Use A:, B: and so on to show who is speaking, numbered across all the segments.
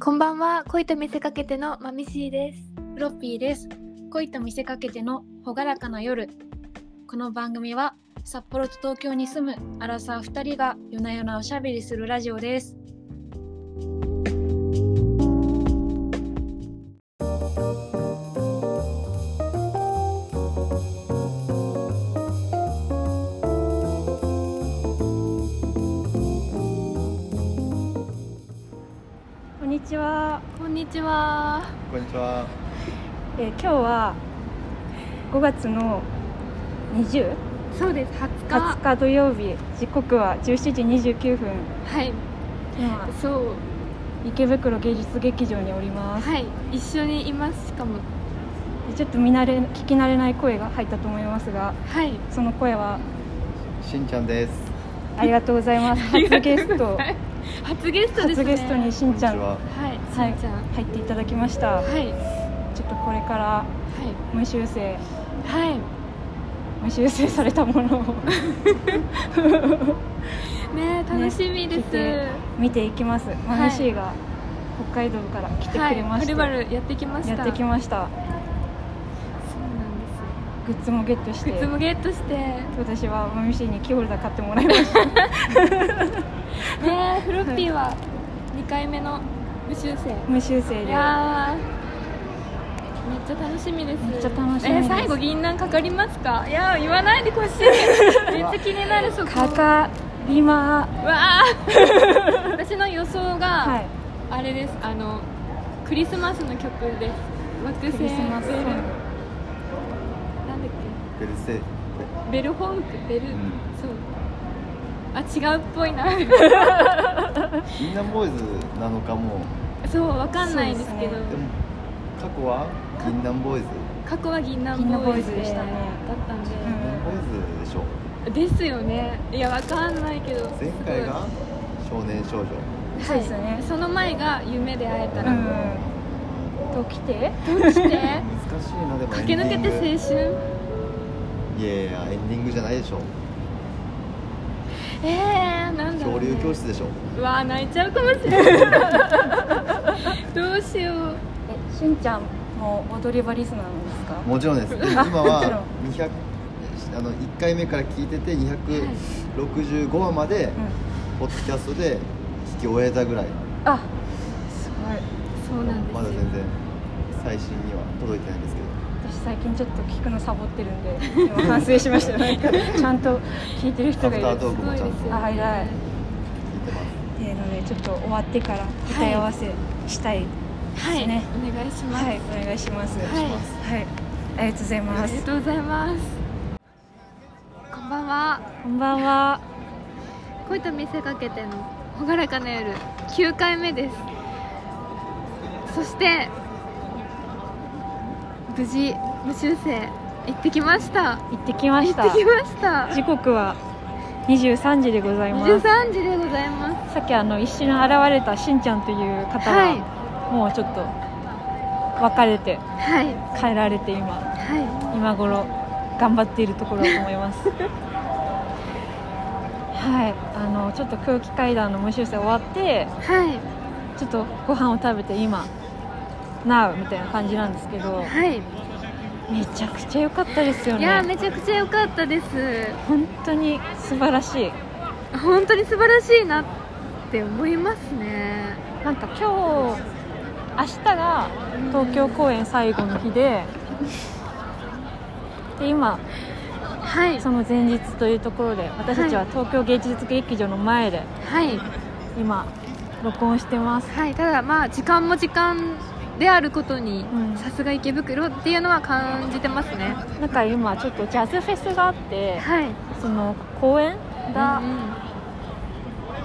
A: こんばんは恋と見せかけてのまみしーです
B: フロッピーです恋と見せかけての朗らかな夜この番組は札幌と東京に住むアラサー2人が夜な夜なおしゃべりするラジオですこんにちは、
A: こんにちは
C: こんにちは。
B: えー今日は5月の20
A: そうです20日
B: 20日土曜日時刻は17時29分
A: はい
B: 今
A: そう
B: 池袋芸術劇場におります
A: はい一緒にいますしかも
B: ちょっと見慣れ聞き慣れない声が入ったと思いますが
A: はい
B: その声は
C: しんちゃんです。
B: ありがとうござ います初ゲスト
A: 初ゲストです
B: 初
A: ね
B: ゲストにしんちゃん
C: こんにちは。
A: はいし
B: はい
A: んちゃん
B: 入っていただきました
A: はい
B: ちょっとこれから無修正
A: はいはい
B: 無修正されたものを
A: ねえ楽しみで
B: 聞い
A: す、
B: て見ていきますマムシーが北海道から来てく
A: はい
B: れま
A: は
B: して、
A: るばるやってきました
B: やってき
A: ま
B: ました
A: そうなんです
B: グッズもゲットして
A: グッズもゲットしてね
B: 私はマミシーにキーホルダー買ってもらい ました
A: えフロッピーは2回目の無修正
B: 無修正
A: い
B: で
A: やーめっちゃ楽しみです
B: めっちゃ楽しみです
A: えー最後銀杏かかりますかいやー言わないでほ しいめっちゃ気になるそこ
B: かかりま
A: うわー私の予想が、
B: はい
A: あれですあのクリスマスの曲です惑星
B: クリスマスソ
A: ベ
B: ン
A: ル
B: グ
A: なんだっ
C: ベルセ。
A: けベルホンクベル、
C: ん
A: そうあ違うっぽいな
C: インナーボーイズなのかも。
A: そうわかんないんですけど
B: そう
C: でも過去はインナーボーイズ。イ
A: 過去は銀杏ボーイズ
B: 銀杏ボーイズでしたね
A: だったんで、
C: ンナーボーイズでしょ。
A: ですよねいやわかんないけど
C: 前回が少年少女。
A: す
B: そ
A: ご
B: う
A: い
B: ですね
A: その前が夢で会えた
B: う
A: ら、
B: んと来て
A: どうして
C: 難しいなでもエ ンデ
A: 駆け
C: ィン
A: 抜け
C: グ。
A: て青春
C: いやいやエンディングじゃないでしょ。
A: えー、なんだろ
C: 恐
A: う、ね、
C: 竜教室でしょ。
A: うわー泣いちゃうかもしれない どうしよう
B: えしんちゃんも踊り場リスナーなんですか
C: もちろんです。今
B: もちろ
C: は
B: ん
C: 200あの1回目から聞いてて265話まで
B: うん
C: ポッドキャストで聞き終えたぐらい。
B: あすご
A: そ
B: い
A: うなんですよ
C: まだ全然最新には届いてないんですけど。
B: 私最近ちょっと聞くのサボってるんで 今反省しましたなんかちゃんと聞いてる人がいる
C: アフタートークもちゃん
A: すごい
C: と
A: ですよね
B: あ偉い
C: 聞いてます。
B: っていうのでちょっと終わってから答え合わせしたい
A: はい、
B: ね
A: お願いします、
B: はい、お願いします。
A: はい
B: はい、ありがとうござい
A: あ
B: ま
A: りが
B: す。
A: とうございますこんばんは
B: こんばんは。
A: 恋と見せかけての朗らかな夜9回目ですそして無事無修正行ってきました
B: 行ってきまし
A: 行
B: た
A: って。きました
B: 時刻は23時でございます。
A: 23時でございま
B: さっきあの一瞬現れたしんちゃんという方
A: す
B: が、
A: はい
B: もうちょっと別れて
A: はい
B: 帰られて今
A: は
B: 今頃頑張っているところだと思い ます。はい、あのちょっと空気階段の無修正終わって
A: いはい
B: ちょっとご飯を食べて今 Now みたいな感じなんですけど
A: はい
B: めちゃくちゃ良かったですよね
A: いやーめちゃくちゃ良かったです
B: 本当に素晴らしい
A: 本当に素晴らしいなって思いますね
B: なんか今日明日が東京公演最後の日でで今
A: はい
B: その前日というところで私たちは東京芸術劇場の前で
A: はい
B: 今録音してます
A: はいただまあ時間も時間であることに
B: うん
A: さすが池袋っていうのは感じてますね
B: なんか今ちょっとジャズフェスがあって
A: はい
B: その公演
A: う
B: が
A: んうん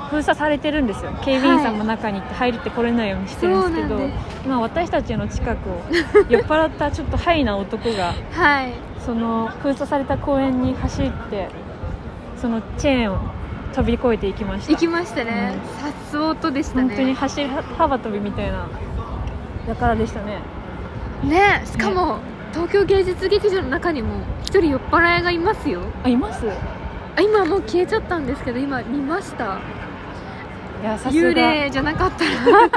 B: 封鎖されてるんですよ警備員さんも中に行って入ってこれないようにしてるんですけど、
A: そうなんで
B: 今私たちの近くを酔っ払ったちょっとハイな男が
A: はい
B: その封鎖された公園に走ってそのチェーンを飛び越えていきました
A: 行きましたね
B: う
A: さっそうとでしたね
B: 本当に走り幅跳びみたいなやからでしたね
A: ねしかも東京芸術劇場の中にも一人酔っ払いがいますよ
B: あいます
A: あ今もう消えちゃったんですけど今見ました
B: いやさ
A: 幽
B: すが
A: 霊じゃなかったら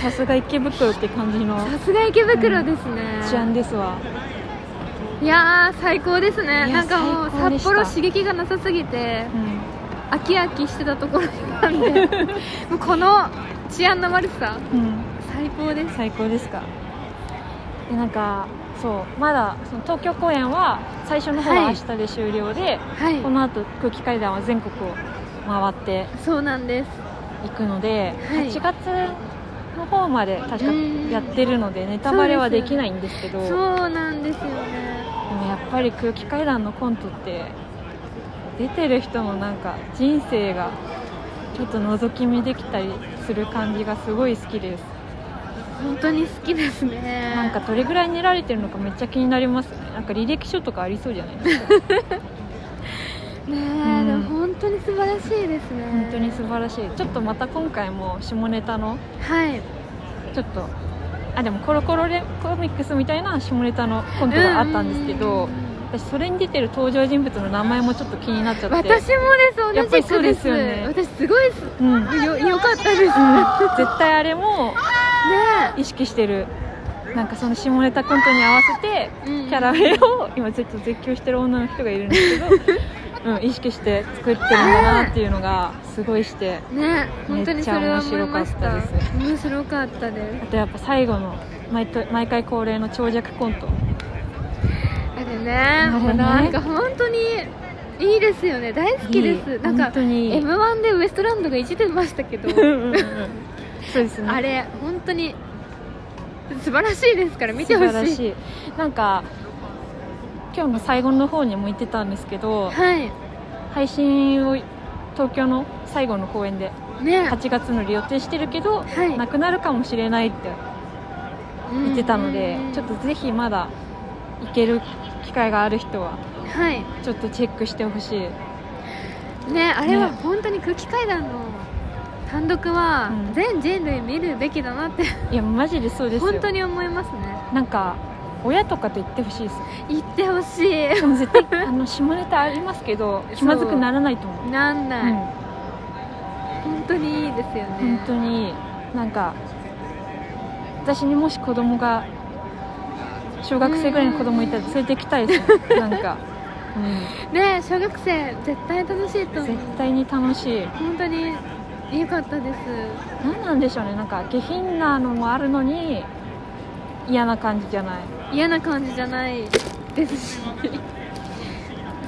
B: さすが池袋って感じの
A: さすが池袋ですね、
B: 治安ですわ
A: いやー最高ですね
B: い
A: な
B: や
A: んかもう
B: 最高で
A: 札
B: した
A: 幌刺激がなさすぎて
B: うん
A: 飽き飽きしてたところなんで もうこの治安の悪さ
B: うん
A: 最高です
B: 最高ですかでなんかそうまだその東京公演は最初の方は
A: はい
B: 明日で終了で、
A: はい
B: このあと空気階段は全国を回って
A: そうなんです
B: いくので、
A: はい
B: 8月の方まで確か
A: うん
B: やってるのでネタバレはできないんですけど
A: そうなんですよね
B: でもやっぱり空気階段のコントって出てる人のなんか人生がちょっと覗き見できたりする感じがすごい好きです
A: 本当に好きですね
B: なんかどれぐらい練られてるのかめっちゃ気になりますねなんか履歴書とかありそうじゃないですか
A: ねえ、
B: ん
A: でも本当に素晴らしいですね
B: 本当に素晴らしいちょっとまた今回も下ネタの
A: はい
B: ちょっとあでもコロコロレコミックスみたいな下ネタのコントがあったんですけど
A: うんうんうん
B: 私それに出てる登場人物の名前もちょっと気になっちゃって
A: 私も
B: や
A: です同
B: っぱり
A: じ
B: そう
A: く
B: で
A: ですす
B: よね
A: 私すごいす
B: うん、うん、
A: よよかったですね
B: 絶対あれも
A: え
B: 意識してるなんかその下ネタコントに合わせて
A: キ
B: キャラメルを今ちょっと絶叫してる女の人がいるんですけ ど、うん、意識して作ってるんだなっていうのがすごいして
A: ね本当にそれは思いました
B: めっちゃ面白かった
A: 面白かったで
B: あとやっぱ最後の毎と毎回恒例の長尺コント
A: すあれね
B: れね
A: もうなんか本当にいいですよね大好きです
B: いい
A: なん
B: 本
A: か
B: 当にいい
A: m 1でウエストランドがいじってましたけど
B: うんうんうんそうですね
A: あれ本当に素晴らしいですから見てほ
B: 素晴ら
A: しい
B: しいなんか今日の最後の方にも言ってたんですけ
A: は
B: ど
A: い
B: 配信を東京の最後の公演で
A: ね
B: 8月のり予定してるけど、
A: はい
B: なくなるかもしれないって言ってたので、ちょっとぜひまだ行ける機会がある人は
A: とはい
B: ちょっとチェックしてほしい、
A: ねあれは
B: ね
A: 本当に空気階段の単独は
B: うん
A: 全人類見るべきだなって
B: いやマジでそうですよ
A: 本当に思いますね
B: なんか親とかと言ってほしいです
A: 行ってほし
B: でも 絶対あの下ネタありますけど気まずくならないと思う
A: いなん
B: う
A: ない、
B: ん、
A: 本当にいいですよね
B: 本当になんか私にもし子供が小学生ぐらいの子供いたら連れてきたいですねなんか、
A: ね小学生絶対楽しいと
B: うん、
A: 思う
B: 絶対に楽しい
A: 本当に良かったです
B: 何なんでしょうねなんか下品なのもあるのに嫌な感じじゃない
A: 嫌な感じじゃないですし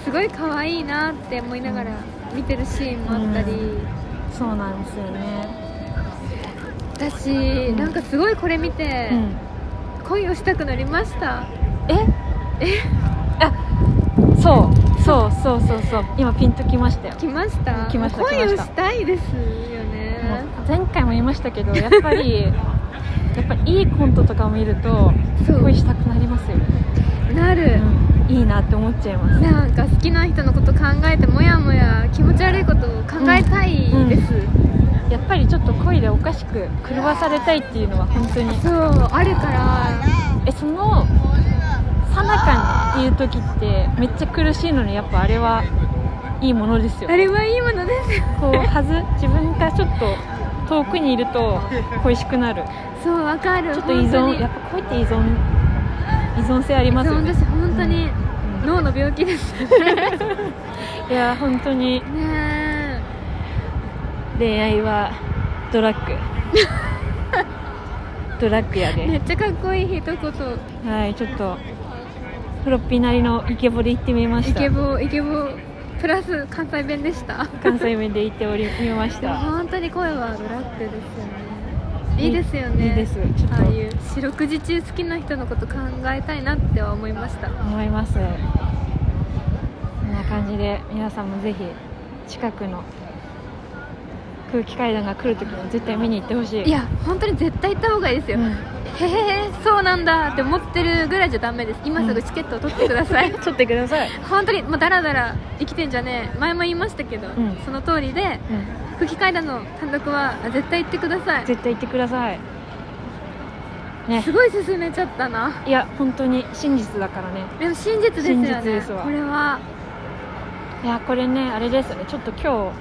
A: すごい可愛いなって思いながら見てるシーンもあったり、
B: うんそうなんですよね
A: 私、
B: ん
A: なんかすごいこれ見て、
B: うん
A: 恋をしたくなりました
B: そうそうそうそうそう今ピンときましたよ
A: 来ました
B: 来ました
A: 恋を
B: 来ました
A: したいですよ
B: もう
A: ね
B: 前回も言いましたけどやっぱりやっぱりいいコントとかを見ると
A: そう
B: 恋したくなりますよね
A: なる、
B: うんいいなって思っちゃいます
A: なんか好きな人のこと考えてもやもや気持ち悪いことを考えたいです、
B: やっぱりちょっと恋でおかしく狂わされたいっていうのは本当に
A: そうあるから
B: えそのさなかにいる時ってめっちゃ苦しいのにやっぱあれはいいものですよ
A: あれはいいものです
B: こうはず自分がちょっと遠くにいると恋しくなる
A: そうわかる
B: ちょっと依存やっ
A: 本
B: ぱ恋って依存依存性あります
A: 当
B: よ
A: に
B: ね
A: 私本当に
B: うん
A: 脳の病気ですね
B: いや本当に
A: え
B: 恋愛はドラッグドラッグやで、
A: めっちゃかっこいい一言
B: はいちょっとフロッピーなりのイケボで行ってみまし
A: イ
B: た
A: ケボイケボプラス関西弁でした
B: 関西弁で行っておりみまし
A: でも
B: た
A: 本当に声はブラックですよねいいですよね
B: いいですちょっ
A: ああ
B: と
A: いう四六時中好きな人のこと考えたいなっては思いました
B: 思いますこんな感じで皆さんもぜひ近くの空気階段が来るときも絶対見に行ってほしい
A: いや本当に絶対行った方がいいです
B: う
A: よ、
B: ん
A: へへへそうなんだって思ってるぐらいじゃダメです今すぐチケットを取ってくだ さい、
B: 撮ってください、
A: 本当にもうダラダラ生きてんじゃねえ前も言いましたけど、
B: ん
A: その通りで
B: うん、
A: 空気階段の単独はあ絶対行ってください
B: 絶対行ってくださいね
A: すごい進めちゃったない
B: や本当に真実だからね
A: でも真実ですよ
B: 真実
A: ね
B: ですわ
A: これはい
B: やこれねあれですよねちょっと今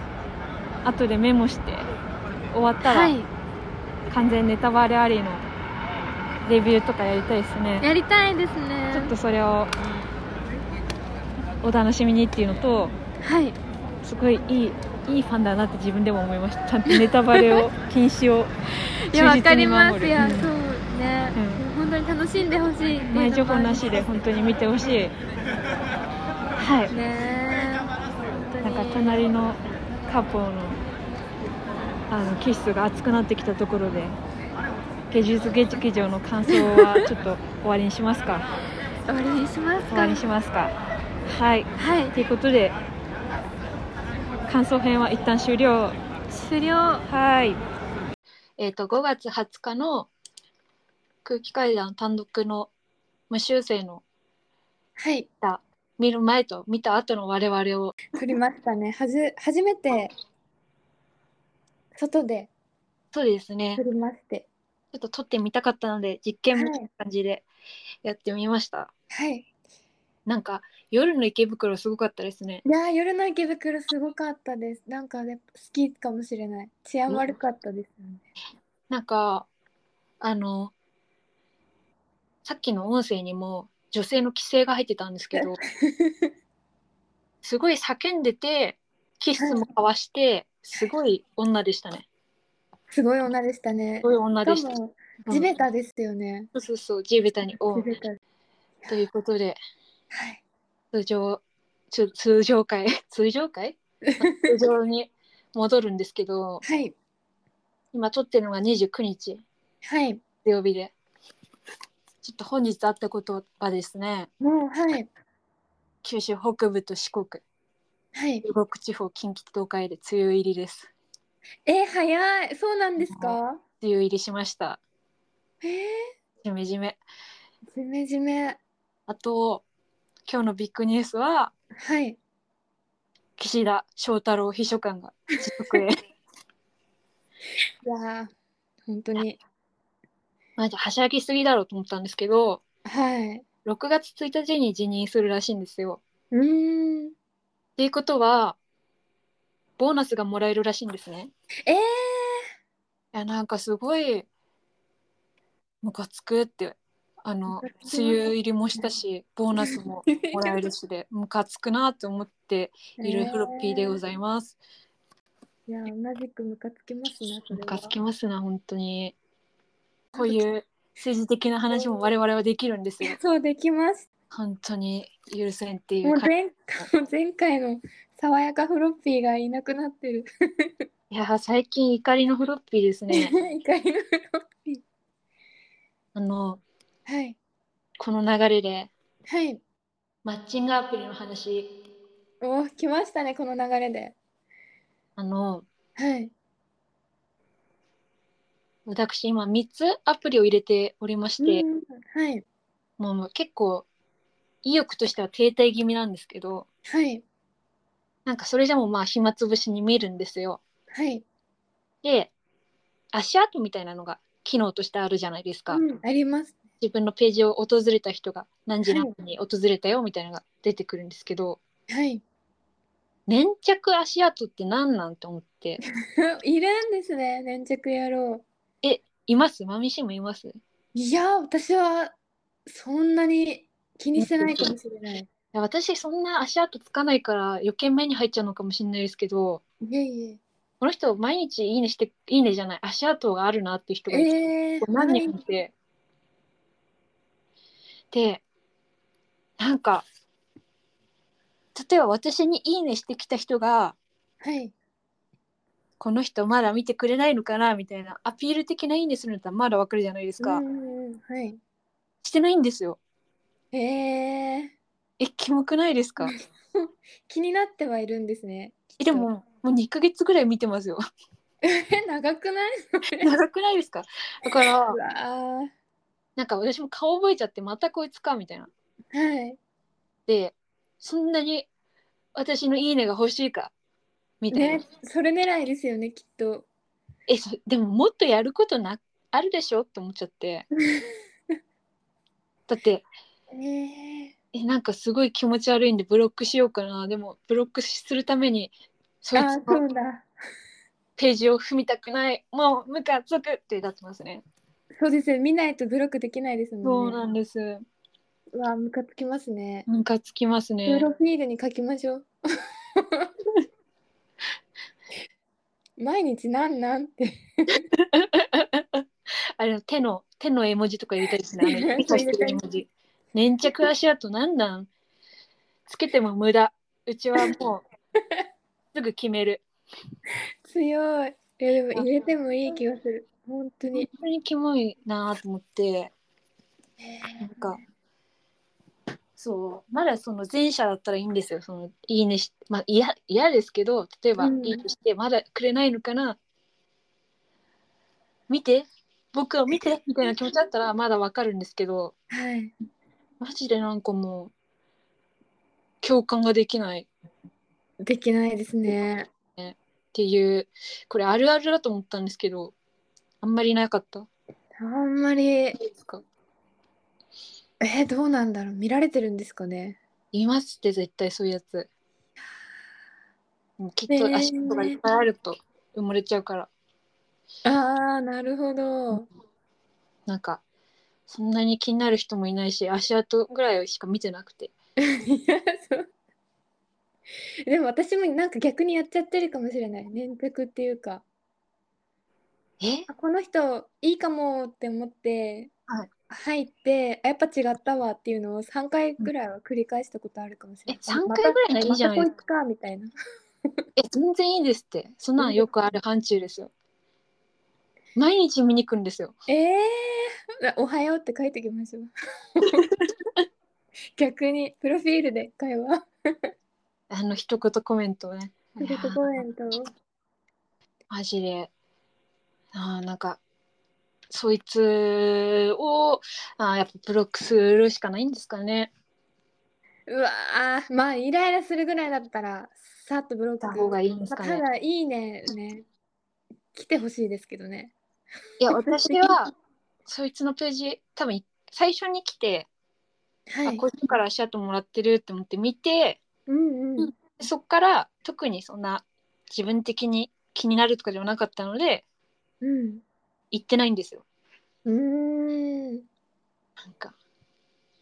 B: 日後でメモして終わったら、
D: はい
B: 完全ネタバレありのレビューとかやりたいですね
D: やりたいですね
B: ちょっとそれをお楽しみにっていうのと
D: はい
B: すごいいいいいファンだなって自分でも思いましたちゃんとネタバレ を禁止を
D: いや
B: 忠
D: わか
B: 実に
D: り
B: 守
D: ま
B: る
D: すいや
B: うん
D: そうね、本当に楽しんでほしいっていうのもあ
B: 前
D: り
B: 情報なしで本当に見てほしいはい
D: ねえ
B: なん
D: 本当
B: か
D: に
B: 隣のカポのあのキッスが熱くなってきたところで芸術劇場の感想はちょっと終わりにしますか
D: 終わりにしますか
B: 終わりにしますかはい
D: はい
B: ということで感想編は一旦終了
D: 終了
B: はい
E: えー、と5月20日の空気階段単独の無修正の
A: はい、
E: 見る前と見た後の我々を
A: 撮りましたね。はじ、初めて。外で
E: そうですね
A: 撮りまして。
E: ちょっと撮ってみたかったので実験みたいな感じでやってみました、
A: はい。い
E: なんか夜の池袋すごかったですね
A: やー、夜の池袋すごかったです。なんかね、好きかもしれない。治安悪かったですよね。
E: なんかあのさっきの音声にも女性の規制が入ってたんですけどすごい叫んでてキッスも交わしてすごい女でしたね
A: すごい女でしたね
E: す。ごい女
A: 多
E: でした、
A: 分、
E: うん
A: 地べたですよね。
E: そうそうそう地べたに「お
A: 地
E: う
A: べた。は」
E: ということで
A: い。
E: 通常ちょ通常会 通常会通常に戻るんですけど
A: はい。
E: 今撮ってるのが29日
A: はい。
E: 土曜日でちょっと本日あったことはですね
A: もう、はい。
E: 九州北部と四国
A: はい。
E: 中国地方近畿東海で梅雨入りです
A: えー、早い。そうなんですか。
E: 梅雨入りしました
A: えー、
E: じめじめ
A: じめじめ。
E: あと今日のビッグニュースは
A: はい。
E: 岸田翔太郎秘書官が自国へ
A: いやー、本当に。
E: マジはしゃぎすぎだろうと思ったんですけど
A: はい。
E: 6月1日に辞任するらしいんですよ
A: うーん。
E: っていうことはボーナスがもらえるらしいんですね
A: えー、
E: いやなんかすごいムカつくってあの
A: ムカつきます
E: 梅雨入りもしたしボーナスももらえるしでムカつくなって思っているフロッピーでございます
A: いや、同じくムカつきますね。それは
E: ムカつきますな本当にこういう政治的な話も我々はできるんですよ
A: そう、できます。
E: 本当に許せんってい
A: も
E: う
A: う
E: かい
A: 前前回 の爽やかフロッピーがいなくなってる。
E: や最近怒りのフロッピーで すね
A: 怒りのフロッピー。
E: あの
A: はい。
E: この流れで
A: はい。
E: マッチングアプリの話
A: おー、来ましたね、この流れで。
E: あの
A: はい。
E: 私今3つアプリを入れておりまして、
A: うんはい。
E: もうもう結構意欲としては停滞気味なんですけど
A: はい。
E: なんかそれじゃもうまあ暇つぶしに見るんですよ
A: はい。
E: で足跡みたいなのが機能としてあるじゃないですか、
A: うんあります。
E: 自分のページを訪れた人が何時何分に訪れたよみたいなのが出てくるんですけど、
A: はい。
E: 粘着足跡って何なんと思って
A: いるんですね、粘着野郎。
E: いますマミシもいますい
A: いや、私はそんなに気にしてないかもしれない。
E: や私そんな足跡つかないから余計目に入っちゃうのかもしれないですけど
A: いえい
E: この人毎日いいねしていいねじゃない足跡があるなっていう人がいて、
A: え。えー、
E: 何人かいて、でなんか例えば私に「いいね」してきた人が
A: はい。
E: 「この人まだ見てくれないのかな」みたいなアピール的な「いいね」するんだったらまだわかるじゃないですか、
A: うんうんうんはい。
E: してないんですよ
A: ええ
E: えキモくないですか
A: 気になってはいるんですね。
E: えでももう2ヶ月ぐらい見てますよ
A: え長くない？
E: 長くないですかだから
A: うわあ。
E: なんか私も顔覚えちゃってまたこいつかみたいな
A: はい。
E: でそんなに私の「いいね」が欲しいかみたいな、
A: ね、それ狙いですよね、きっと。
E: えそでももっとやることなあるでしょって思っちゃって だって
A: ええ
E: えなんかすごい気持ち悪いんでブロックしようかなでもブロックするためにそい
A: あ
E: つ
A: ー、そ
E: の
A: うだ。
E: ページを踏みたくないもうムカつくってなってますね。
A: そうですよ見ないとブロックできないです
E: そ
A: も
E: う
A: ね
E: んなんです。
A: うわムカつきますね
E: ムカつきます
A: プ
E: ね。
A: ロフィールに書きまし ょう毎日なんなんって
E: あれ手の手の絵文字とか入れたりするね。あ
A: 入れ
E: の 指
A: た
E: さ
A: り
E: してる絵文字。粘着足跡なんなんつけても無駄。うちはも うすぐ決める。
A: 強いいやでも入れてもいい気がする本当
E: 本
A: に
E: 当にキモいなと思ってなんかそうまだその前者だったらいいんですよそのいいねしまあ嫌嫌ですけど例えば、
A: うん
E: いいねしてまだくれないのかな見て僕を見てみたいな気持ちだったらまだわかるんですけど
A: はい
E: マジでなんかもう共感ができない
A: できないですね
E: っていうこれあるあるだと思ったんですけどあんまりなかった
A: あんまり
E: ですか
A: えーどうなんだろう見られてるんですかね
E: いますって絶対そういうやつ。もうきっ
A: ねえ
E: と足とかいっぱいあると埋もれちゃうから、
A: ああなるほど
E: なんかそんなに気になる人もいないし足跡ぐらいしか見てなくて
A: いやそうでも私もなんか逆にやっちゃってるかもしれない粘着っていうか
E: え
A: あこの人いいかもって思って、
E: はい
A: 入ってあやっぱ違ったわっていうのを3回ぐらいは繰り返したことあるかもしれない、
E: え3回ぐらいならいいじゃない
A: ま
E: で
A: た
E: す
A: こいつかみたいな
E: え全然いいですってそんなんよくある範疇ですよ毎日見に来るんですよ
A: ええー、おはようって書いてきま しょう逆にプロフィールで会話
E: あの一言コメントをね
A: プロ
E: い
A: 公
E: やー
A: 演と
E: マジであーなんかそいつをあーやっぱブロックするしかないんですかね
A: うわーまあイライラするぐらいだったらさっとブロッ
E: した
A: ク
E: 方がいいんですかね
A: まあ、ただいいねね来てほしいですけどね
E: いや私はそいつのページ多分最初に来て、
A: は
E: あ
A: い
E: こういう人から足跡もらってるって思って見て
A: うんうん
E: そっから特にそんな自分的に気になるとかではなかったので
A: うん
E: 行ってないんですよ
A: うーん
E: なんか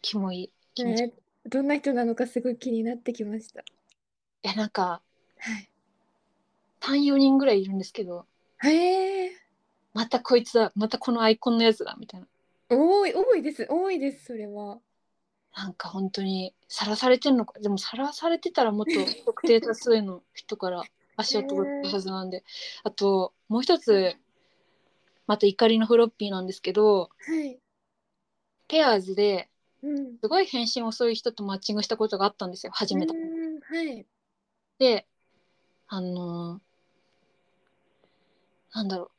E: キモい気持ち、
A: ね、どんな人なのかすごい気になってきました。
E: えなんか
A: は
E: 34人ぐらいいるんですけど
A: い。へえ。
E: またこいつだまたこのアイコンのやつだみたいな
A: 多い多いです多いですそれは。
E: なんか本当にさらされてんのかでもさらされてたら もっと特定多数の人から足跡が来るはずなんで、あともう一つまた怒りのフロッピーなんですけど
A: はい。
E: ペアーズで
A: うん。
E: すごい返信遅い人とマッチングしたことがあったんですよ初めて。
A: うんはい。
E: であのーなんだろう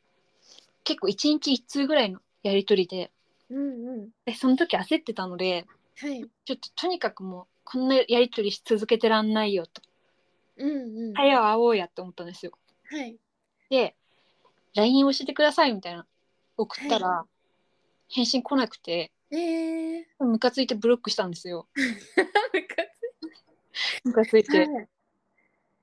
E: 結構一日一通ぐらいのやり取りで
A: うんうん。
E: でその時焦ってたので
A: はい。
E: ちょっととにかくもうこんなやり取りし続けてらんないよと
A: うんうん。い。
E: 早会おうやって思ったんですよ。
A: はい。
E: で LINE 教えてくださいみたいな送ったら、返信来なくて
A: ええ。
E: ムカついてブロックしたんですよ
A: ムカ
E: ムカつい
A: つい
E: て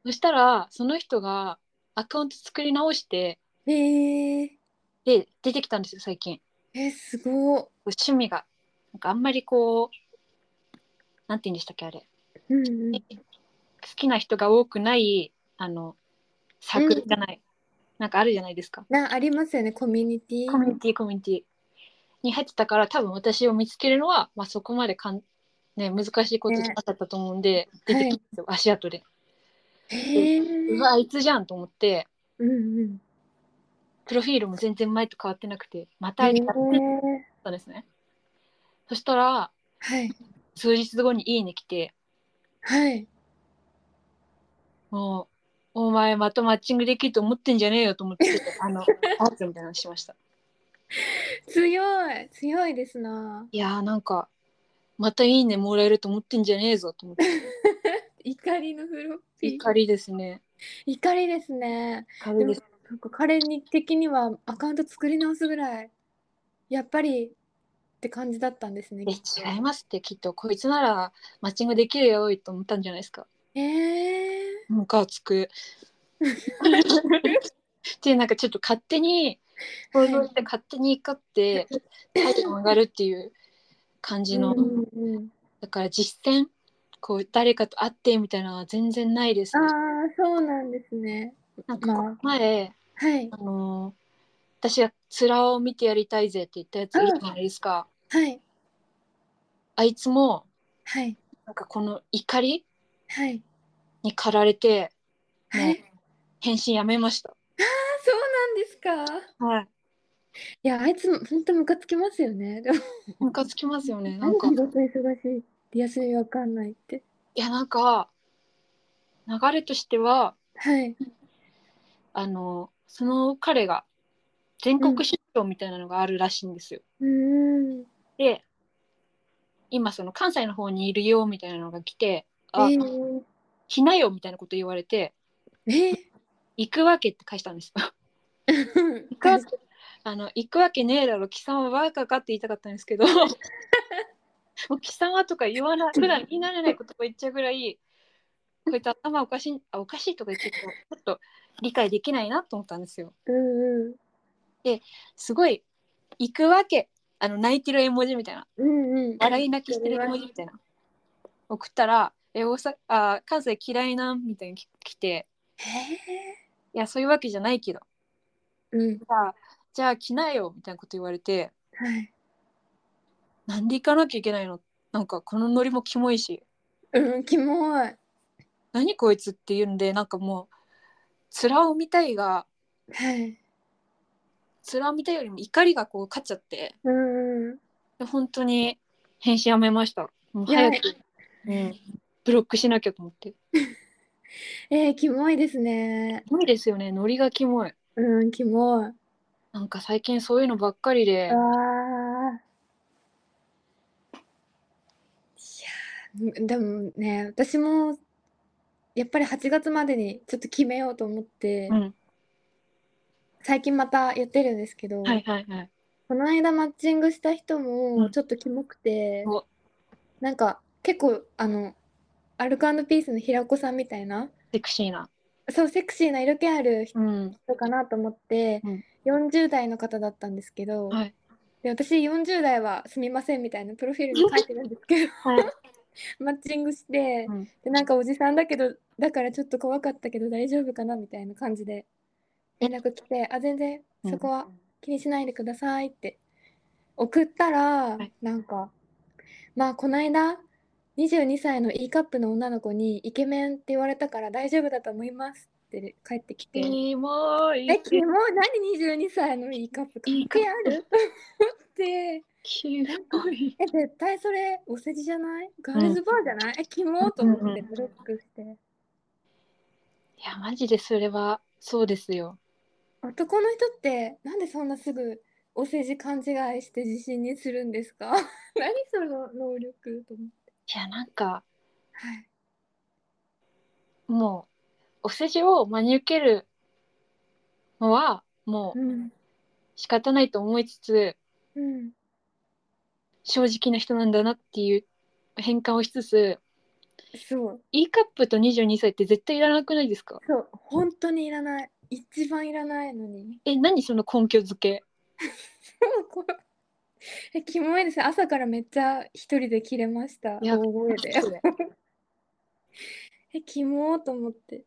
E: そしたらその人がアカウント作り直して
A: はい。ええ。
E: で出てきたんですよ最近
A: えすごっ。
E: 趣味がなんかあんまりこうなんて言うんでしたっけあれ好
A: うんうん。
E: きな人が多くないあのサークルじゃない、なんかあるじゃないですか
A: なありますよねコミュニティ。
E: コミュニティコミュニティに入ってたから多分私を見つけるのは、まあ、そこまでかん、ね、難しいことじゃなかったと思うんで、出てきたんですよ、足跡で。
A: へえ。
E: うわあいつじゃんと思って
A: うんうん。
E: プロフィールも全然前と変わってなくてまた
A: へ
E: あい
A: え
E: つだったんですね。そしたら
A: はい
E: 数日後に「いいね」来て
A: はい。
E: 「もうお前またマッチングできると思ってんじゃねえよ」と思ってあ のあっつみたいなのしました。
A: 強い強いですない
E: やーなんかまた「いいね」もらえると思ってんじゃねえぞと思って
A: 怒りのフロッピー
E: 怒りですね。
A: 怒りですね
E: 怒りです
A: なんか彼に的にはアカウント作り直すぐらいやっぱりって感じだったんですね。
E: え違いますってきっとこいつならマッチングできるよいと思ったんじゃないですか
A: えー、
E: ムカつくちでなんかちょっと勝手に行動して勝手に怒って体温上がるっていう感じの、
A: うんうん
E: だから実践こう誰かと会ってみたいなのは全然ないです、
A: あ
E: ね。
A: あそうなんですね。
E: なんか
A: まあ
E: 前
A: はい
E: あのー私が面を見てやりたいぜって言ったやついるじゃないですか。
A: はい
E: あいつも
A: はい
E: なんかこの怒り
A: はい
E: に駆られて
A: は
E: もう
A: い。
E: 返信やめました。
A: あそうなんですか。
E: はい。
A: いやあいつも本当ムカつきますよね。でも
E: ムカつきますよね。な
A: 何
E: んか
A: 仕事忙しいって休みわかんないって。
E: いやなんか流れとしては
A: はい
E: あのその彼が全国出張みたいなのがあるらしいんですよ。
A: うーん。
E: で今その関西の方にいるよみたいなのが来て「あ、
A: えー、
E: 来なよ」みたいなこと言われて
A: え
E: 「行くわけ」って返したんですよ。
A: ー、
E: 行くわけあの行くわけねえだろ貴様バカかって言いたかったんですけどもう貴様とか言わない普段言い慣れない言葉言っちゃうぐらいこいつ頭おかしいあおかしいとか言ってるとちょっと理解できないなと思ったんですよ。
A: うんうん
E: すごい「行くわけ」あの泣いてる絵文字みたいな
A: うんうん。
E: 笑い泣きしてる絵文字みたいな送ったら「え大阪あ関西嫌いな」みたいに来て
A: え
E: 「いやそういうわけじゃないけど
A: ー、うん
E: じゃあじゃあ来なよ」みたいなこと言われて
A: はい。
E: 「なんで行かなきゃいけないのなんかこのノリもキモいし
A: うんキモい。
E: 何こいつ」っていうんでなんかもう面を見たいが
A: はい。
E: 面を見たいよりも怒りがこう勝っちゃって
A: うんうん。
E: で本当に返信やめましたもう
A: いや
E: 早く、うん、ブロックしなきゃと思って。
A: えー、キモいですね。
E: キモいですよねノリがキモい
A: うんキモい。
E: なんか最近そういうのばっかりで
A: あーいやーでもね私もやっぱり8月までにちょっと決めようと思って、
E: うん
A: 最近またやってるんですけど、
E: はいはいはい
A: この間マッチングした人
E: う
A: も
E: ん
A: ちょっとキモくて、
E: お
A: なんか結構あのアルコピースの平子さんみたいな
E: セクシーな
A: そうセクシーな色気ある人
E: うん
A: かなと思って、40代の方だったんですけど、
E: はい
A: で私40代はすみませんみたいなプロフィールに書いてるんですけど
E: はい
A: マッチングして、
E: うん
A: でなんかおじさんだけどだからちょっと怖かったけど大丈夫かなみたいな感じで連絡来て「あ全然そこは気にしないでください」って送ったら、
E: はい
A: なんかまあこの間22歳の E カップの女の子にイケメンって言われたから大丈夫だと思いますって帰ってきて。
E: キモい
A: え、君も何22歳の E カップかっこいいあると思って。
E: キモい
A: え、絶対それ、お世辞じゃないガールズバーじゃない、え、キモーと思ってブロックして。
E: いやマジでそれはそうですよ
A: 男の人って、なんでそんなすぐお世辞勘違いして自信にするんですか 何その能力と思って。
E: いやなんか
A: はい。
E: もうお世辞を真に受けるのはもう
A: うん。
E: 仕方ないと思いつつ
A: うん。
E: 正直な人なんだなっていう変換をしつつ
A: そう。
E: E カップと22歳って絶対いらなくないですか
A: そう。本当にいらない。一番いらないのに。
E: え何その根拠づけ
A: そうこれ え、キモいです。朝からめっちゃ一人で切れました。
E: いや
A: 大声で。 え、キモーと思って。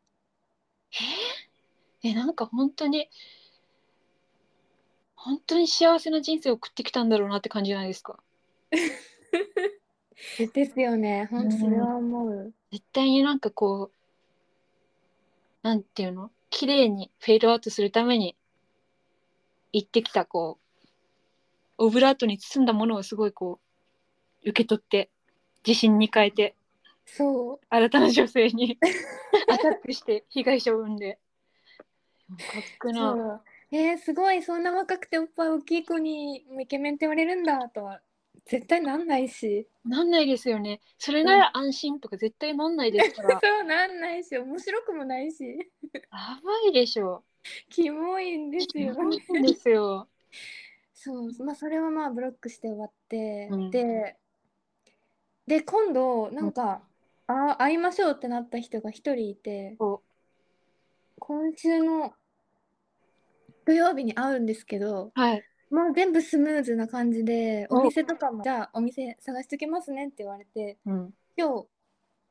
E: えなんか本当に本当に幸せな人生を送ってきたんだろうなって感じじゃないですか
A: ですよね。本当それは思う。
E: 絶対になんかこうなんていうの綺麗にフェードアウトするために行ってきたこうオブラートに包んだものをすごいこう受け取って自信に変えて
A: そう。
E: 新たな女性 にアタックして被害者を生んでかっこいいな
A: そうえー、すごいそんな若くておっぱい大きい子にもうイケメンって言われるんだとは絶対なんないし
E: なんないですよねそれなら安心とか絶対なんないですか
A: そ
E: ら
A: うなんないし面白くもないし
E: やばいでしょ。
A: キモいんですよ
E: そうですよ。
A: そうまあそれはまあブロックして終わって、
E: うん
A: でで今度なんか、あ会いましょうってなった人が一人いて
E: お
A: 今週の土曜日に会うんですけど
E: はい。
A: もう全部スムーズな感じで
E: お
A: お店とかもじゃあお店探しときますねって言われて
E: うん。
A: 今日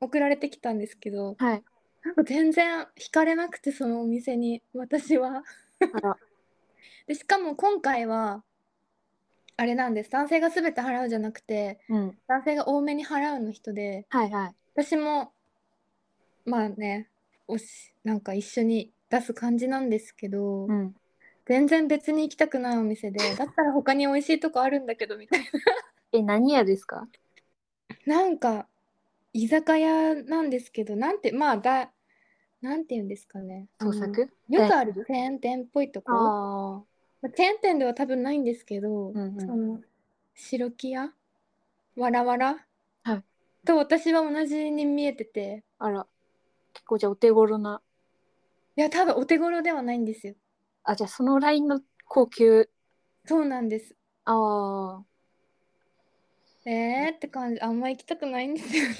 A: 送られてきたんですけど
E: はい。
A: なんか全然惹かれなくてそのお店に私は
E: あら。
A: でしかも今回はあれなんです男性が全て払うじゃなくて
E: うん。
A: 男性が多めに払うの人で
E: はいはい。
A: 私もまあねおしなんか一緒に出す感じなんですけど、
E: うん。
A: 全然別に行きたくないお店 でだったら他に美味しいとこあるんだけどみたい
E: え、何屋ですか
A: ななんか居酒屋なんですけどなんてまあだなんて言うんですかね
E: 創作
A: あのよくあるチェーン店っぽいとこま
E: ああ。
A: あチェーン店では多分ないんですけど、
E: うんうん
A: その白木屋わらわら、
E: はい
A: と私は同じに見えてて
E: あら。結構じゃあお手頃な。
A: いや多分お手頃ではないんですよ
E: あ、じゃあそのラインの高級。
A: そうなんです
E: ああ。
A: えーって感じあんま行きたくないんです よね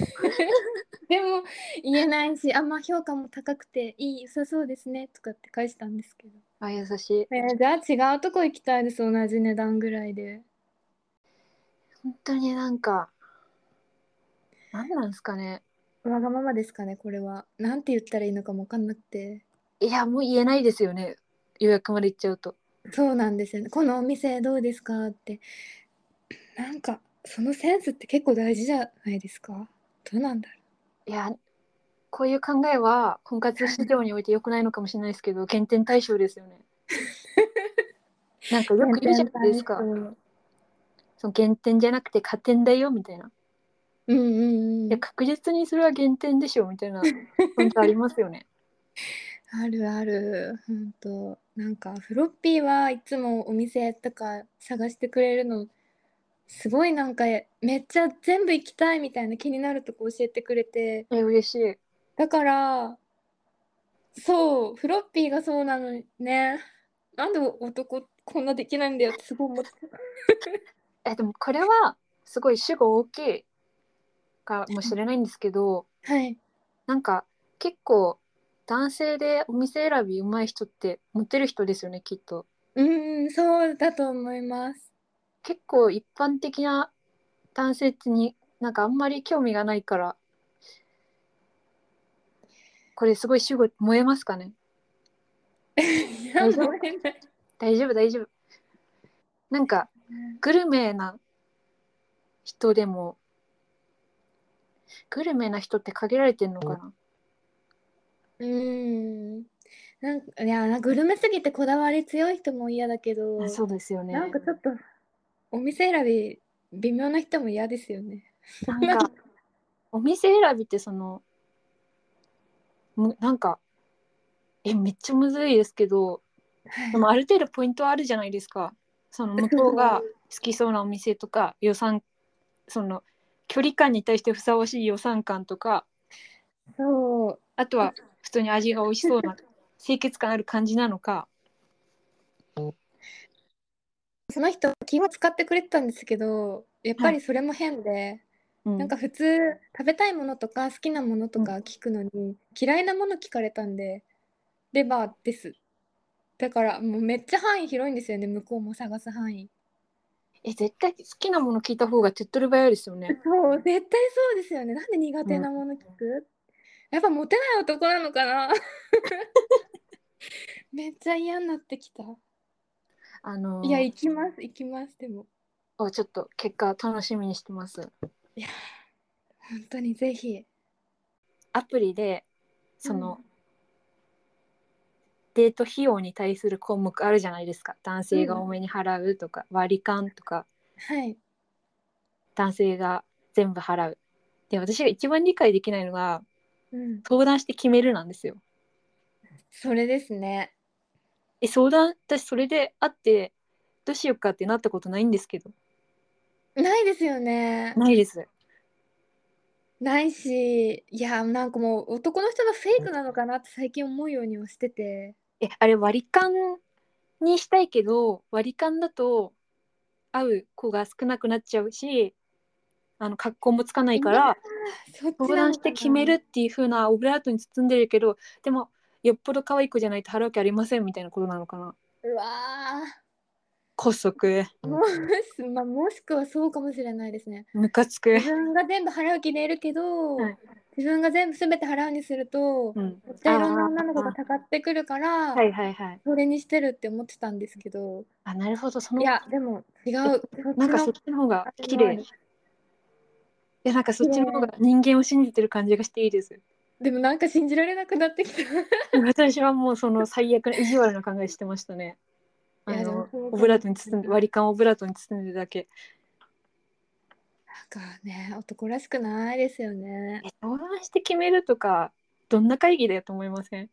A: でも言えないしあんま評価も高くていい良さそうですねとかって返したんですけど、
E: あ、優しい。
A: えーじゃあ違うとこ行きたいです同じ値段ぐらいで
E: 本当になんか。何なんですかね。
A: わがままですかねこれはなんて言ったらいいのかもわかんなくて
E: いや、もう言えないですよね。予約まで行っちゃうと。
A: そうなんですよねこのお店どうですかってなんかそのセンスって結構大事じゃないですかどうなんだろ
E: いや、こういう考えは婚活市場において良くないのかもしれないですけど、 減点対象ですよ ね。なんか
A: う
E: よく言うじゃないですか
A: う。ん
E: その減点じゃなくて加点だよみたいな。
A: うんうん
E: い
A: うん
E: や、確実にそれは減点でしょみたいな、本当ありますよね。
A: あるある、ほんと、なんかフロッピーはいつもお店とか探してくれるの、すごいなんかめっちゃ全部行きたいみたいな気になるとこ教えてくれて、
E: え、嬉しい。
A: だから、そう、フロッピーがそうなのにね、なんで男こんなできないんだよってすごい思ってた。
E: え、でもこれはすごい主語大きいかもしれないんですけど、
A: はい。
E: なんか結構男性でお店選び上手い人ってモテる人ですよね、きっと。
A: うん、そうだと思います。
E: 結構一般的な男性ってになんかあんまり興味がないからこれすごい主語燃えますかね
A: いや、
E: 大丈夫
A: ごめんなさい
E: 大丈夫大丈夫なんかグルメな人でもグルメな人って限られてんのかな
A: うん。なんか、いや、グルメすぎてこだわり強い人も嫌だけど、
E: あそうですよね
A: なんかちょっとお店選び微妙な人も嫌ですよね。
E: なんかお店選びってそのむなんかえめっちゃむずいですけどでもある程度ポイントはあるじゃないですか。その向こう が好きそうなお店とか予算その距離感に対してふさわしい予算感とか
A: そう
E: あとは普通に味が美味しそうな清潔感ある感じなのか
A: その人気を使ってくれてたんですけどやっぱりそれも変で、
E: な
A: なんか普通食べたいものとか好きなものとか聞くのに、嫌いなもの聞かれたんでレバーです。だからもうめっちゃ範囲広いんですよね向こうも探す範囲。
E: え絶対好きなもの聞いた方が手っ取り早いですよね。
A: そう絶対そうですよねなんで苦手なもの聞く、やっぱモテない男なのかな めっちゃ嫌になってきた。
E: あの
A: いや、行きます、行きます、でも、
E: をちょっと結果楽しみにしてます。
A: 本当にぜひ。
E: アプリでその、デート費用に対する項目あるじゃないですか男性が多めに払うとか、割り勘とか
A: はい。
E: 男性が全部払うで私が一番理解できないのが
A: うん。
E: 相談して決めるなんですよ
A: それですね。
E: え相談私それで会ってどうしようかってなったことないんですけど
A: ないですよね。
E: ないです
A: ないし、いや、なんかもう男の人がフェイクなのかなって最近思うようにはしてて。
E: えあれ割り勘にしたいけど割り勘だと会う子が少なくなっちゃうしあの格好もつかないから、
A: そっち
E: 相
A: なの
E: 談して決めるっていう風なオブラートに包んでるけどでもよっぽど可愛い子じゃないと払う気ありませんみたいなことなのかな
A: うわ
E: 骨折
A: ー もし、まあ、もしくはそうかもしれないですね
E: ムカつく
A: 自分が全部払う気でいるけど、
E: はい
A: 自分が全部全て払うにすると、
E: うん
A: 絶対いろんな女の子がたかってくるから、
E: はいはいはい
A: それにしてるって思ってたんですけど
E: あなるほどその
A: いやでも違う
E: なんか
A: そ
E: そ
A: っ
E: っちの方が綺
A: あ
E: 麗
A: る
E: いやなんかそっちの方が人間を信じてる感じがしていいです
A: ちのでもなんか信じられなくなってきた
E: 私はもうそ の最悪の意地悪な考えしてましたねあ
A: いやでも
E: の
A: そう
E: オブラートに包んで割り勘をオブラートに包んでるだけ
A: なんかね男らしくないですよね
E: え相談して決めるとかどんな会議だよと思いません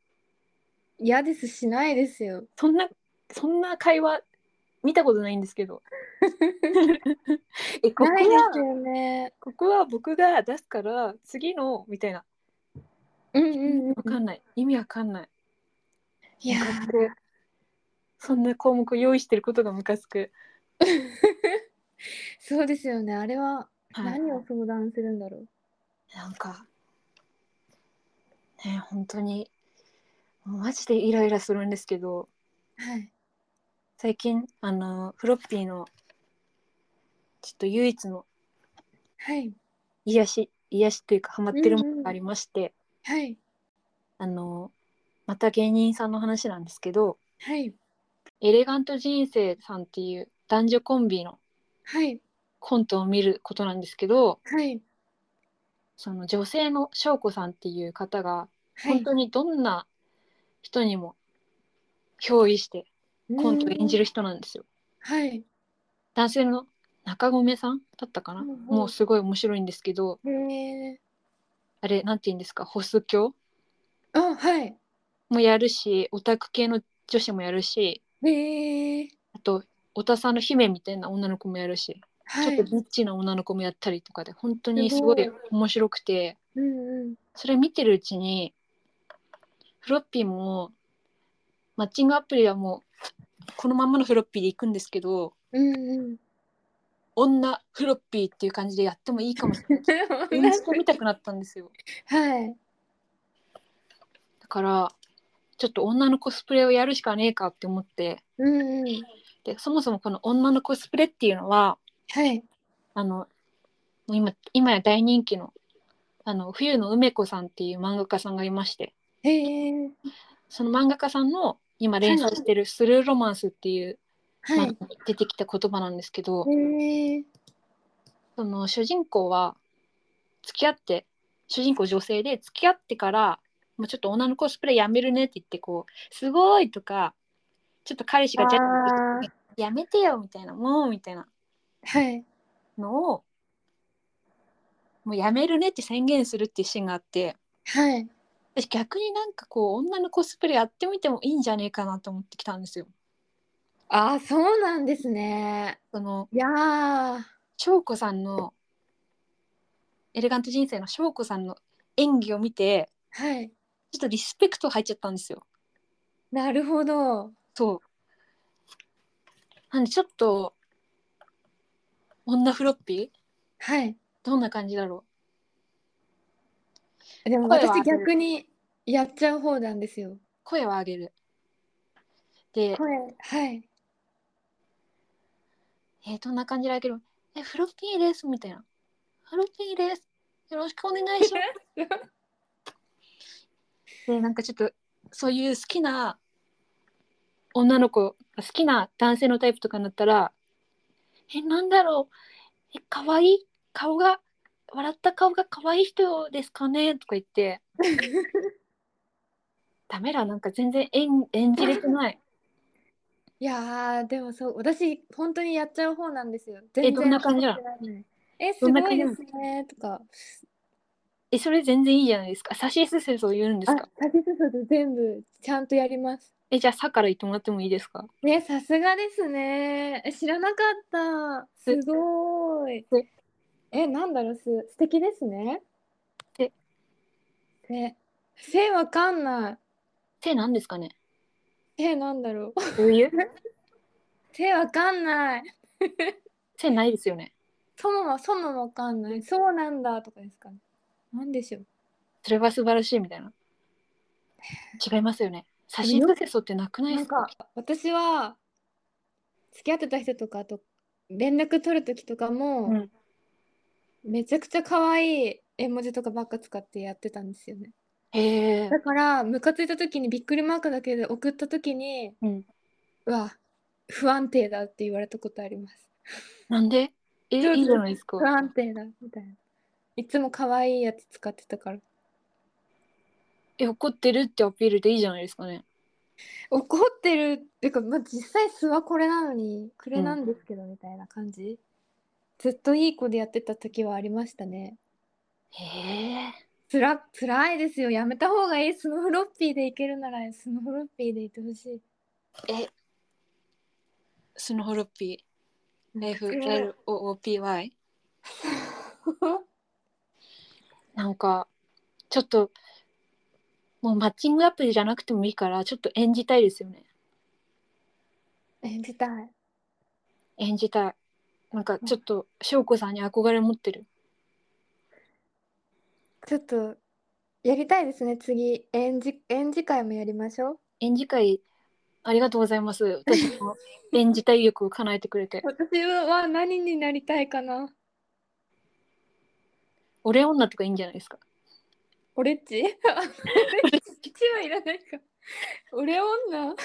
A: 嫌ですしないですよ
E: そんなそんな会話見たことないんですけどえここ
A: ないです
E: は
A: よね
E: ここは僕が出すから次のみたいな
A: うんうんうん
E: わかんない意味わかんない
A: いや
E: ムカつくそんな項目を用意してることがムカつく、
A: そうですよねあれは
E: はい、
A: 何を相談するんだろう、
E: なんかね本当にマジでイライラするんですけど
A: はい
E: 最近あのフロッピーのちょっと唯一の
A: はい
E: 癒し癒しというかハマってるものがありまして、
A: はい
E: あのまた芸人さんの話なんですけど
A: はい
E: エレガント人生さんっていう男女コンビの
A: はい
E: コントを見ることなんですけど
A: はい
E: その女性の翔子さんっていう方が
A: はい
E: 本当にどんな人にも憑依してコントを演じ
A: る
E: る人なんですよ。
A: はい
E: 男性の中込さんだったかな、
A: うんうん
E: もうすごい面白いんですけど
A: へえ
E: あれなんて言うんですかホス教
A: あはい
E: もやるしオタク系の女子もやるし
A: へえ
E: あとオタさんの姫みたいな女の子もやるし、
A: は
E: ち
A: い
E: ょっとビッチな女の子もやったりとかで本当にすご
A: す
E: い
A: ご
E: 面白くて。
A: うんうん
E: それ見てるうちにフロッピーもマッチングアプリはもうこのまんまのフロッピーで行くんですけど
A: うん うん
E: 女フロッピーっていう感じでやってもいいかもしれない演じてみたくなったんですよ
A: はい
E: だからちょっと女のコスプレをやるしかねえかって思って
A: うんうん
E: でそもそもこの女のコスプレっていうのは
A: はい
E: あのもう今今や大人気のあの冬の梅子さんっていう漫画家さんがいまして
A: へえ
E: その漫画家さんの今連載してる「スルーロマンス」っていう
A: は
E: まあ出てきた言葉なんですけど、
A: いへえ
E: その主人公は付き合って主人公女性で付き合ってからもうちょっと女のコスプレやめるねって言ってこう「すごい!」とかちょっと彼氏が「じゃ
A: あー
E: やめてよ」みたいな「もう」みたいな
A: はい
E: のをもうやめるねって宣言するっていうシーンがあって
A: はい
E: 私逆になんかこう女のコスプレやってみてもいいんじゃねえかなと思ってきたんですよ。
A: あーそうなんですね
E: その
A: いやー
E: 翔子さんのエレガント人生の翔子さんの演技を見て
A: はい
E: ちょっとリスペクト入っちゃったんですよ。
A: なるほど
E: そう。なんでちょっと女フロッピー
A: はい
E: どんな感じだろ
A: でも
E: 声は
A: 私逆にやっちゃう方なんですよ
E: う声を上げる。で、
A: 声 はい
E: えーどんな感じで上げるえ、フロッピーですみたいな。フロッピーです。よろしくお願いします。で、なんかちょっとそういう好きな女の子、好きな男性のタイプとかになったら、え、なんだろう。え、かわいい顔が、笑った顔が可愛い人ですかねとか言って。ダメだ、なんか全然演演じれてない。
A: いやーでもそう私本当にやっちゃう方なんですよ全然
E: どんな感じなの
A: やってないえす
E: どん
A: ご
E: な感
A: い
E: じな
A: で
E: の
A: すねとか
E: え、それ全然いいじゃないですか。差しすせそを言うんです
A: あ
E: か
A: 立ちつつと全部ちゃんとやります
E: え、じゃあ、さから言ってもらってもいいですか
A: ねさすがですねえ知らなかったすごーい
E: す
A: えなんだろうす素敵ですね
E: せ
A: せせわかんない
E: 手なんですかね
A: えなんだろう
E: どういう
A: せわかんない
E: 手ないですよね。
A: そもはそもわかんないそうなんだとかですかねなんでしょう
E: それは素晴らしいみたいな。違いますよね。写真撮せそってなくない
A: な
E: で
A: ん
E: すか
A: か私は付き合ってた人とかと連絡取る時とかも、
E: うん
A: めちゃくちゃ可愛い絵文字とかばっか使ってやってたんですよね
E: へえ
A: だからムカついた時にびっくりマークだけで送った時に
E: うん
A: うわ不安定だって言われたことあります
E: なんでえ
A: ちょっと
E: いいじゃないですか
A: 不安定だみたいないつも可愛いやつ使ってたから
E: え怒ってるってアピールでいいじゃないですかね
A: 怒ってるっていうか、まあ、実際素はこれなのにこれなんですけどみたいな感じ、ずっといい子でやってた時はありましたね
E: へえ
A: つらつらいですよやめた方がいいスノーフロッピーでいけるならスノーフロッピーでいてほし い
E: スノホロッピーレフ
A: うん
E: LOOPY なんかちょっともうマッチングアプリじゃなくてもいいからちょっと演じたいですよね
A: 演じたい
E: 演じたいなんかちょっと翔子さんに憧れ持ってる
A: ちょっとやりたいですね次演じ演じ会もやりましょう
E: 演じ会ありがとうございます私も演じたい欲を叶えてくれて
A: 私は何になりたいかな
E: 俺女とかいいんじゃないですか
A: 俺っち基地はいらないか俺女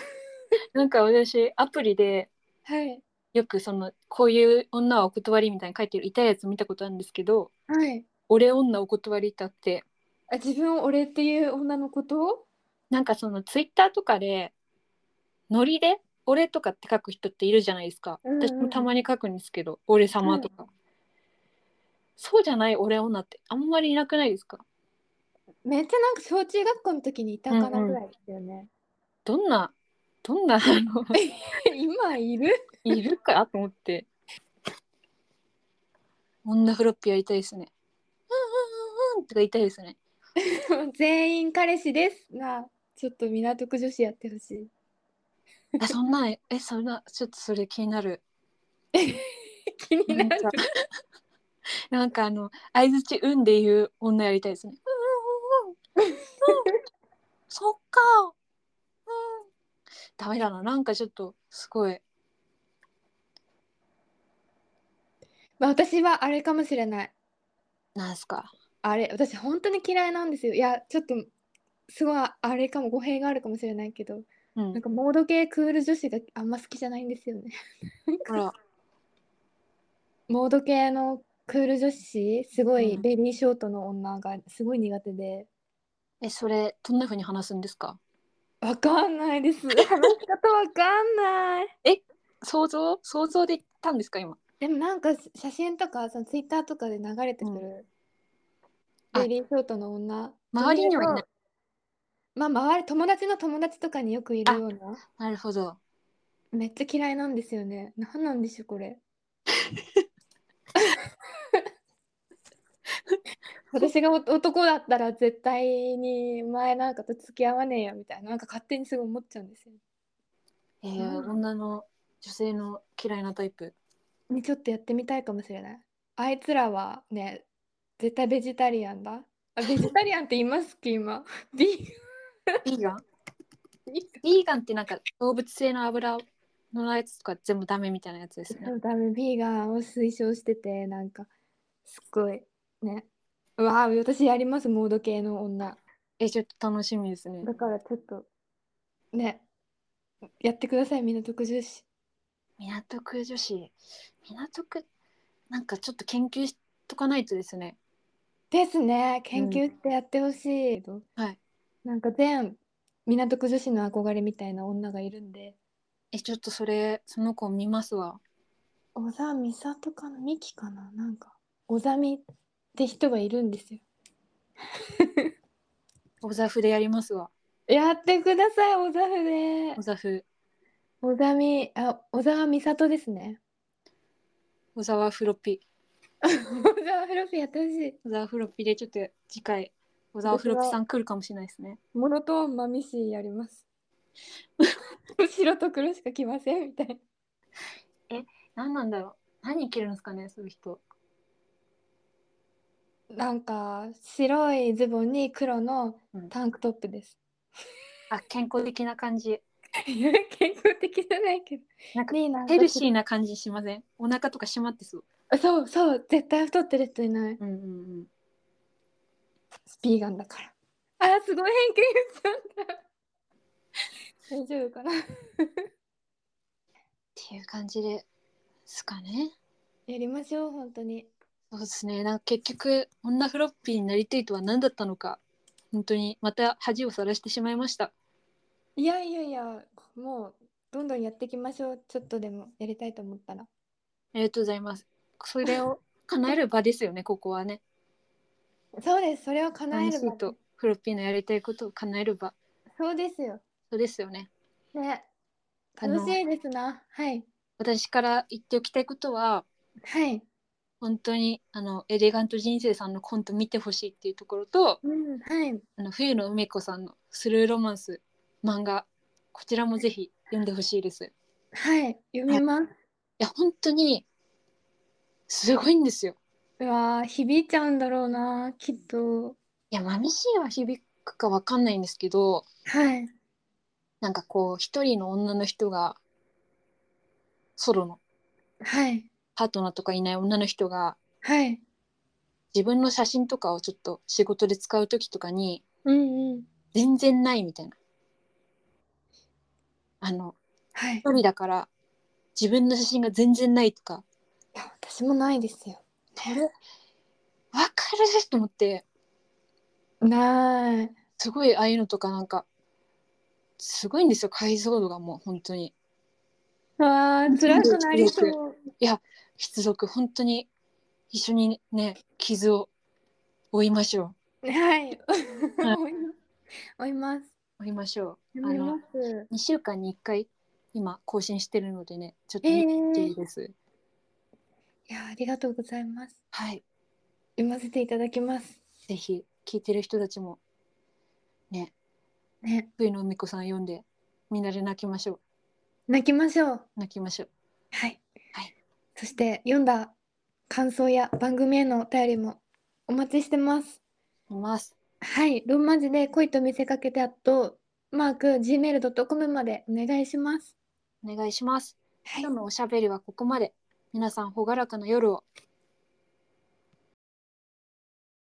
E: なんか私アプリで
A: はい
E: よくそのこういう女はお断りみたいに書いてる痛いやつ見たことあるんですけど
A: はい
E: 俺女お断りってあって
A: あ自分を俺っていう女のことを
E: なんかそのツイッターとかでノリで俺とかって書く人っているじゃないですか、
A: うんうん
E: 私もたまに書くんですけど俺様とか、そうじゃない俺女ってあんまりいなくないですか
A: めっちゃなんか小中学校の時にいたかなぐらいですよね。
E: どんなどんなあの
A: 今いる
E: いるかと思って女フロッピーやりたいですねうんうんうんうんとか言いたいですね
A: 全員彼氏ですがちょっと港区女子やってほしい。
E: あそんなえそんなちょっとそれ気になる
A: 気になる。
E: なんかあの相槌うんで言う女やりたいですね。うんうんうん。そっか。うん。ダメだな。なんかちょっとすごい。
A: まあ、私はあれかもしれない。
E: なんすか。
A: あれ私本当に嫌いなんですよ。いやちょっとすごいあれかも語弊があるかもしれないけど
E: う
A: なん
E: ん。
A: かモード系クール女子があんま好きじゃないんですよね。
E: ほら。
A: モード系のクール女子すごい
E: うん
A: ベリーショートの女がすごい苦手で。
E: えそれどんな風に話すんですか。
A: わかんないです。 話し方わかんない。
E: 想像想像で言ったんですか今。
A: でもなんか写真とかそのツイッターとかで流れてくる、
E: うんあ
A: ベリーショートの女
E: 周りにはいない。
A: まあ周り友達の友達とかによくいるような
E: なるほど。
A: めっちゃ嫌いなんですよねなんなんでしょうこれ私がお男だったら絶対に前なんかと付き合わねえよみたいななんか勝手にすごい思っちゃうんですよ
E: えー
A: うん
E: 女の女性の嫌いなタイ プ。
A: にちょっとやってみたいかもしれない。あいつらはね、絶対ベジタリアンだ。あ、ベジタリアンって言いますっけ、今。 ビー
E: ビーガン。
A: ガン
E: ビーガンってなんか動物性の油のやつとか全部ダメみたいなやつですね
A: そ。う多分ビーガンを推奨してて、なんか、すっごい、ね。うわあ、私やります、モード系の女。
E: えちょっと楽しみですね。
A: だからちょっと、ね、やってください、みんな特重視。
E: 港区女子港区なんかちょっと研究しとかないとですね
A: ですね、研究ってやってほしい。
E: はい
A: なんか全、港区女子の憧れみたいな女がいるんで。
E: えちょっとそれその子見ますわ
A: 小田美里かな美紀かななんか小田美って人がいるんですよ
E: 小座風でやりますわ
A: やってください小田で
E: 小座風
A: 小田美あ小沢美里ですね
E: 小沢フロッピ
A: 小沢フロフィーやってほしい
E: ー小沢フロッピーでちょっと次回小沢フロッピーさん来るかもしれないですね
A: モノトーンマミシーやります 白と黒しか着ませんみたいな
E: 何なんだろう何着るんですかねそういう人
A: なんか白いズボンに黒のタンクトップです、
E: あ健康的な感じ
A: いや健康的じゃないけど
E: なんか
A: いいな
E: ヘルシーな感じしませんお腹とか締まってそう
A: そうそう絶対太ってる人いない
E: うんうんうん
A: ビーガンだからあすごい偏見言っちゃった大丈夫かな
E: っていう感じですかね
A: やりましょう本当に
E: そうですねなんか結局女フロッピーになりたいとは何だったのか本当にまた恥をさらしてしまいました
A: いやいやいやもうどんどんやっていきましょうちょっとでもやりたいと思ったら
E: ありがとうございますそれを叶える場ですよねここはね
A: そうですそれを叶え
E: 男
A: る
E: 子とフロッピーのやりたいことを叶える場
A: そうですよ
E: そうですよね
A: ね
E: あの
A: 楽しいですなはい
E: 私から言っておきたいことは
A: はい
E: 本当にあのエレガント人生さんのコント見てほしいっていうところと
A: うんはい
E: あの冬野梅子さんのスルーロマンス漫画こちらもぜひ読んでほしいですい
A: はい読みます
E: や本当にすごいんですよ
A: うわー響いちゃうんだろうなきっと
E: いや「まみしい」は響くかわかんないんですけど
A: はい
E: なんかこう一人の女の人がソロの
A: はい
E: パートナーとかいない女の人が
A: はい
E: 自分の写真とかをちょっと仕事で使う時とかに
A: うんうん
E: 全然ないみたいなあの
A: はいい
E: 一人だから自分の写真が全然ないとか
A: や私もないですよ
E: わかると思って
A: ない
E: すごいああいうのとかなんかすごいんですよ解像度がもう本当に
A: わー辛くなりそう
E: 出力本当に一緒にね傷を負いましょ
A: はい
E: はい
A: 追います
E: う負いましょ
A: 追いう
E: あ
A: ます
E: の2週間に1回今更新してるのでねちょっと
A: え
E: 見てほしい
A: ー、
E: です、
A: いやありがとうございます
E: はい
A: 読ませていただきます
E: ぜひ聞いてる人たちもね
A: ね
E: 冬の海子さん読んでみんなで泣きましょう
A: 泣きましょう
E: 泣きましょう
A: はい、
E: はい
A: そして読んだ感想や番組へのお便りもお待ちしてます
E: います
A: はいローマ字で恋と見せかけてあとマーク gmail.com までお願いします
E: お願いします
A: はい
E: 今日のおしゃべりはここまで皆さん朗らかな夜を